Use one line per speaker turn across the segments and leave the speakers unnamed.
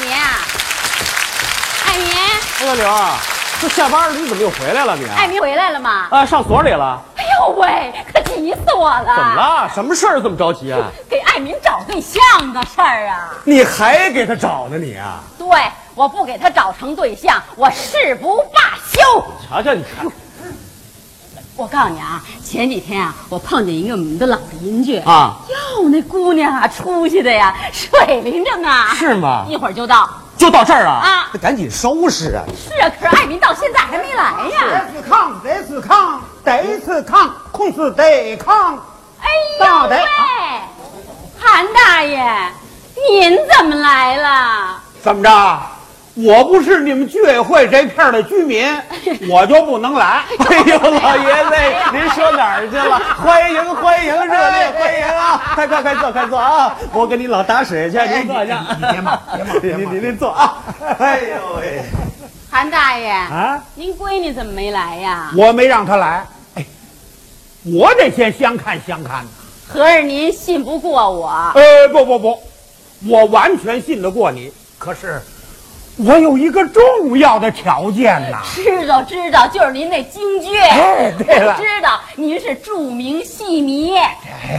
啊
哎刘刘，这下班了你怎么又回来了你、啊？
艾米回来了吗？
啊，上所里了？
哎呦喂，可急死我了！
怎么？了？什么事儿这么着急啊？
给艾明找对象的事儿啊！
你还给他找呢你啊？
对，我不给他找成对象，我誓不罢休。
瞧瞧你看
我告诉你啊，前几天啊，我碰见一个我们的老邻居
啊，
哟，那姑娘啊，出息的呀，水灵着呢。
是啊吗
一会儿就到
就到这儿啊？
啊。
那赶紧收拾啊！
是啊，可是艾明到现在还没来呀。
得是抗，得是抗，得是抗，控制得抗。
哎呦
大
喂
的，
韩大爷，您怎么来了？
怎么着？我不是你们居委会这片儿的居民， 我就不能来。
哎呦，老爷子，您说哪儿去了？欢迎欢迎，热烈
哎
欢迎啊！快快快坐，快坐啊！我给你老打水去，您坐下。
哎你别忙别忙别
您
忙
您您坐啊！哎呦喂，
韩大爷，
啊，
您闺女怎么没来呀？
我没让他来。哎，我得先相看相看。
合着您信不过
啊
我？
呃，不不不，我完全信得过你。可是，我有一个重要的条件呐。
知道知道，就是您那京剧。
哎对了
我知道您是著名戏迷。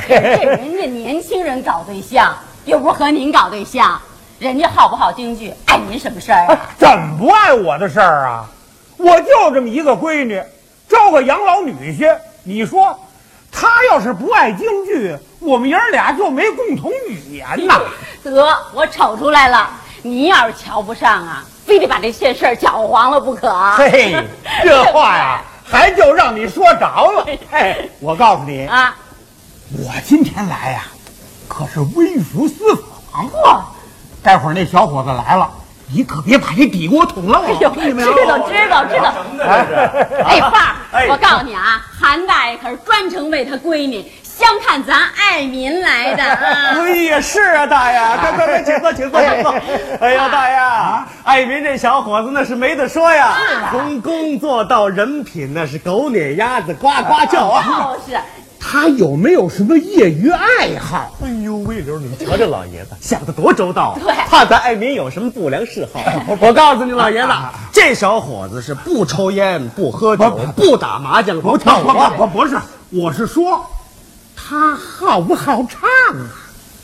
这人家年轻人搞对象，又不是和您搞对象，人家好不好京剧，碍您什么事儿
哎
啊？
怎么不爱我的事儿啊？我就这么一个闺女，招个养老女婿，你说，她要是不爱京剧，我们爷儿俩就没共同语言呐。
得，我瞅出来了，你要是瞧不上啊，非得把这件事儿搅黄了不可。啊
嘿，这话呀，还就让你说着了。嘿，我告诉你，
啊，
我今天来呀、可是微服私访啊。待会儿那小伙子来了，你可别把这底锅捅了
哎呦，
我，
知道知道知
啊
道。哎，爸儿，我告诉你啊，韩大爷可是专程为他闺女相看咱爱民来 的啊。
哎呀，是啊，大爷，
哎
快快快，请坐，请坐，请坐。哎呀，大
啊
爷，艾民这小伙子那是没得说呀，从工作到人品那是狗撵鸭子呱呱叫啊！
就是，
他有没有什么业余爱好？
哎呦喂，刘，你瞧这老爷子想的多周到啊
对
怕咱艾民有什么不良嗜好。啊我告 诉你，老爷子， 这小伙子是不抽烟、不喝酒、不打麻将、不跳舞啊。
我不是，我是说，他好不好唱啊？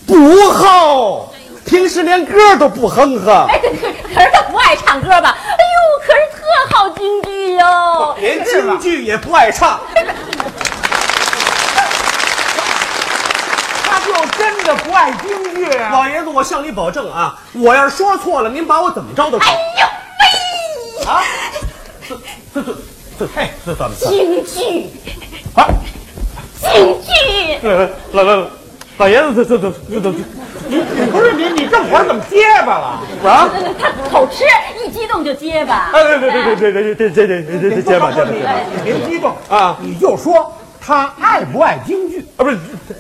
不好，平时连歌都不哼哼。
哎，可可是他不爱唱歌吧？哎呦，可是特好京剧哟。哎
连京剧也不爱唱，
他就真的不爱京剧啊？
老爷子，我向你保证啊，我要是说错了，您把我怎么着都
哎
成
呦喂，
啊！这这这嘿，这怎么？
京剧，
啊！
京剧，
来来来来，老爷子，这这这这
不是你，你这会儿怎么结巴了？
这啊！
他口吃，一激动就结巴。
哎，别别别别别别别别别别肩膀肩膀肩膀啊！
你别激动
啊
你就说他爱不爱京剧？
不是，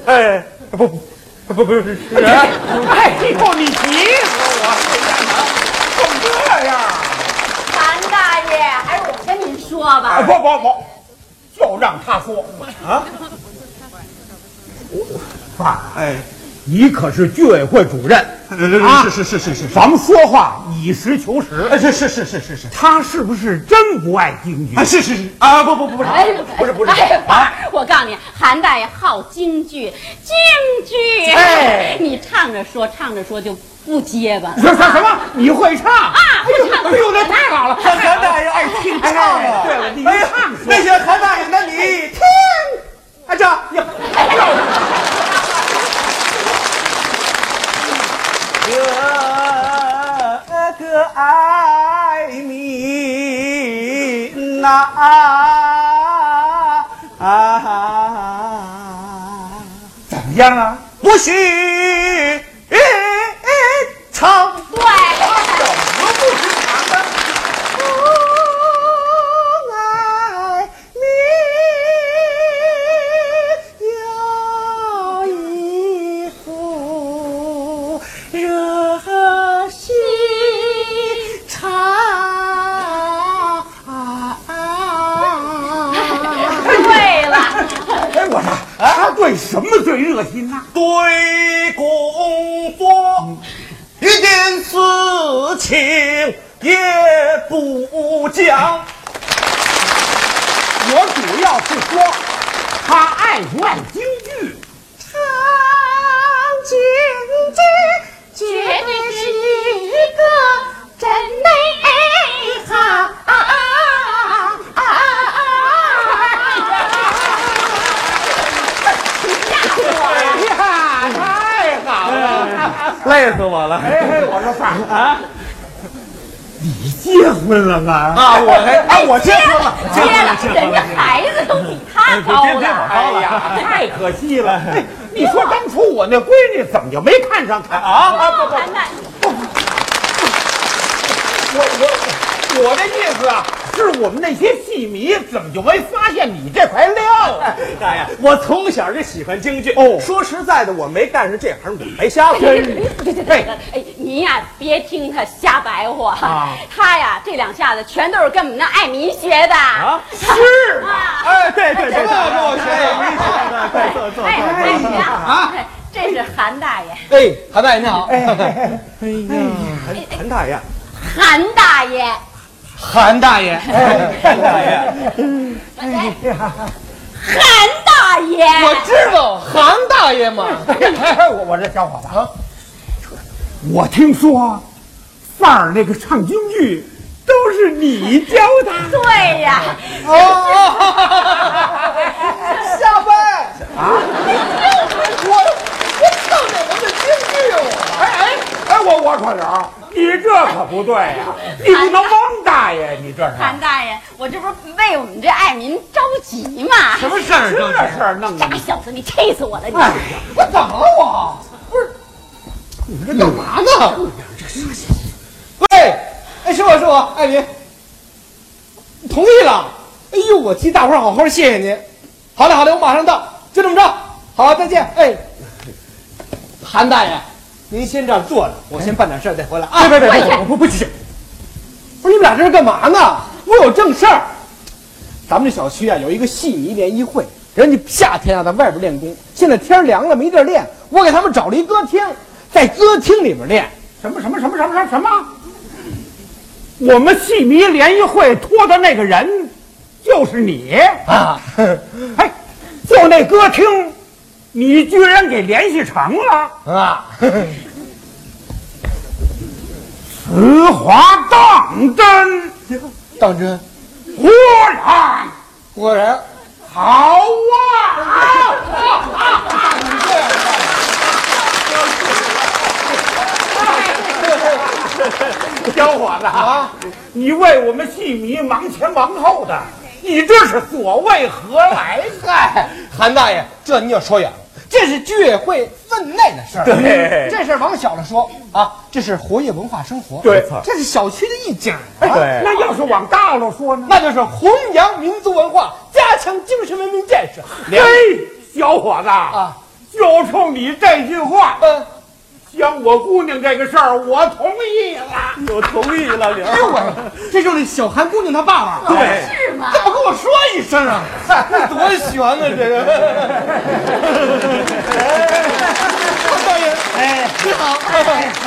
哎，不不不不是，
哎呦，你急死我了！怎么这样啊？
韩大爷，还是我跟您说
哎，
啊
吧。
不不不，就让他说啊！爸，
哎，
你可是居委会主任，
是是是是是，
咱们说话以实求实。
啊是是是是是是
他是不是真不爱京剧？
是是是啊！不不不不是
哎，
不是不是
哎，
啊！
爸，我告诉你，韩大爷好京剧，京剧，
哎
你唱着说，唱着说就不结巴了。
什什什么？你会唱啊？
会唱
哎呦，那太好了！
韩大爷爱听
哎
唱啊！
对了，你
哎呀
唱，
那行，韩大爷，那你听，
哎这呀
这个爱你呐啊，
怎么样啊？
不许唱。
对，
爱你有一副热心肠。
对 了，
哎，我说他对什么最热心呐？
对工作一点事情也不讲。
我主要是说，他爱不爱京剧？
唱京剧绝对是一个真内行。
哎
哎呀，太好了！
累死我了！
哎嘿，我说范儿啊，你结婚了吗？
啊，我还啊，我
哎接
结婚了，结婚了，结
接了，
婚
人家
了。
孩子都比他高
别别别
了。
哎呀，太可惜了！哎你说当初我那闺女怎么就没看上她啊？
哦
啊，不不，
楠楠，
我我我的意思啊，是我们那些戏迷怎么就没发现你这块料啊？
大爷，我从小就喜欢京剧。哦，说实在的，我没干上这行，我白瞎了。
对对对对，哎，您呀，别听他瞎白活，他呀这两下子全都是跟我们那爱民学的啊，
是
啊
哎，对对对，
这个
我学也的，快坐坐。
哎哎呀啊，这是韩大爷，
哎，韩大爷你好。哎呀，韩韩大爷，
韩大爷，
韩大爷，
哎
韩大爷。
韩大爷，
知道韩大爷吗？
哎，我我这小伙子啊，我听说范儿那个唱京剧都是你教他
对呀，
下班啊！我我上哪能的京剧
哎哎哎，我我可着，你这可不对呀、你不能汪大爷，你这是
韩大爷，我这不是为我们这爱民着急吗？
什么事儿
这事儿弄
傻
的
小子，你气死我了！你
哎呀，我怎么了我？不是，你们这干嘛呢？
喂，哎，是我是我，艾民，同意了。哎呦，我替大伙儿好好谢谢您。好嘞好嘞，我马上到，就这么着。好，再见。哎，韩大爷，您先这儿坐着，我先办点事儿再回来啊。别别别，我 不不急。不是你们俩这是干嘛呢？我有正事儿。咱们这小区啊有一个戏迷联谊会，人家夏天啊在外边练功，现在天儿凉了没地儿练，我给他们找了一歌厅，在歌厅里边练。
什么什么什么什么什么什么？我们戏迷联谊会托的那个人就是你啊！哎，就那歌厅，你居然给联系成了啊！此话当真，
当真？
果然
果然，
好啊！小伙子啊，你为我们戏迷忙前忙后的，你这是所谓何来？
嗨，韩大爷，这你就说远了，这是居委会分内的事儿。嗯
对
这事儿往小了说啊，这是活跃文化生活。
对哎
这是小区的一景儿啊。
对
那要是往大了说呢？
那就是弘扬民族文化，加强精神文明建设。
嘿，小伙子啊，就冲你这句话，
嗯，
将我姑娘这个事儿，我同意了。
我同意了，玲。
哎呦我，这就是小韩姑娘她爸爸，
对，
是吗？
怎么跟我说一声 啊？多悬啊！这是。韩大爷，哎，你好，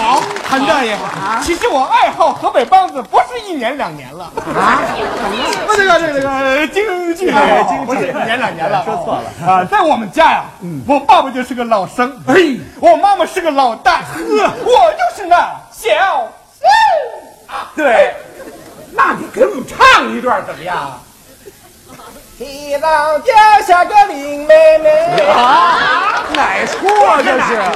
好，韩大爷，其实我爱好河北梆子不是一年两年了。不这个这个这个呃京剧，哦
哎京剧
不是一年两年了，
说错了
啊！在我们家呀，
嗯
我爸爸就是个老生，哎，我妈妈是个老旦，我就是那小生。
对，
那你给我们唱一段怎么 样？
地老家下个林妹妹，
哪出啊？这是
是的。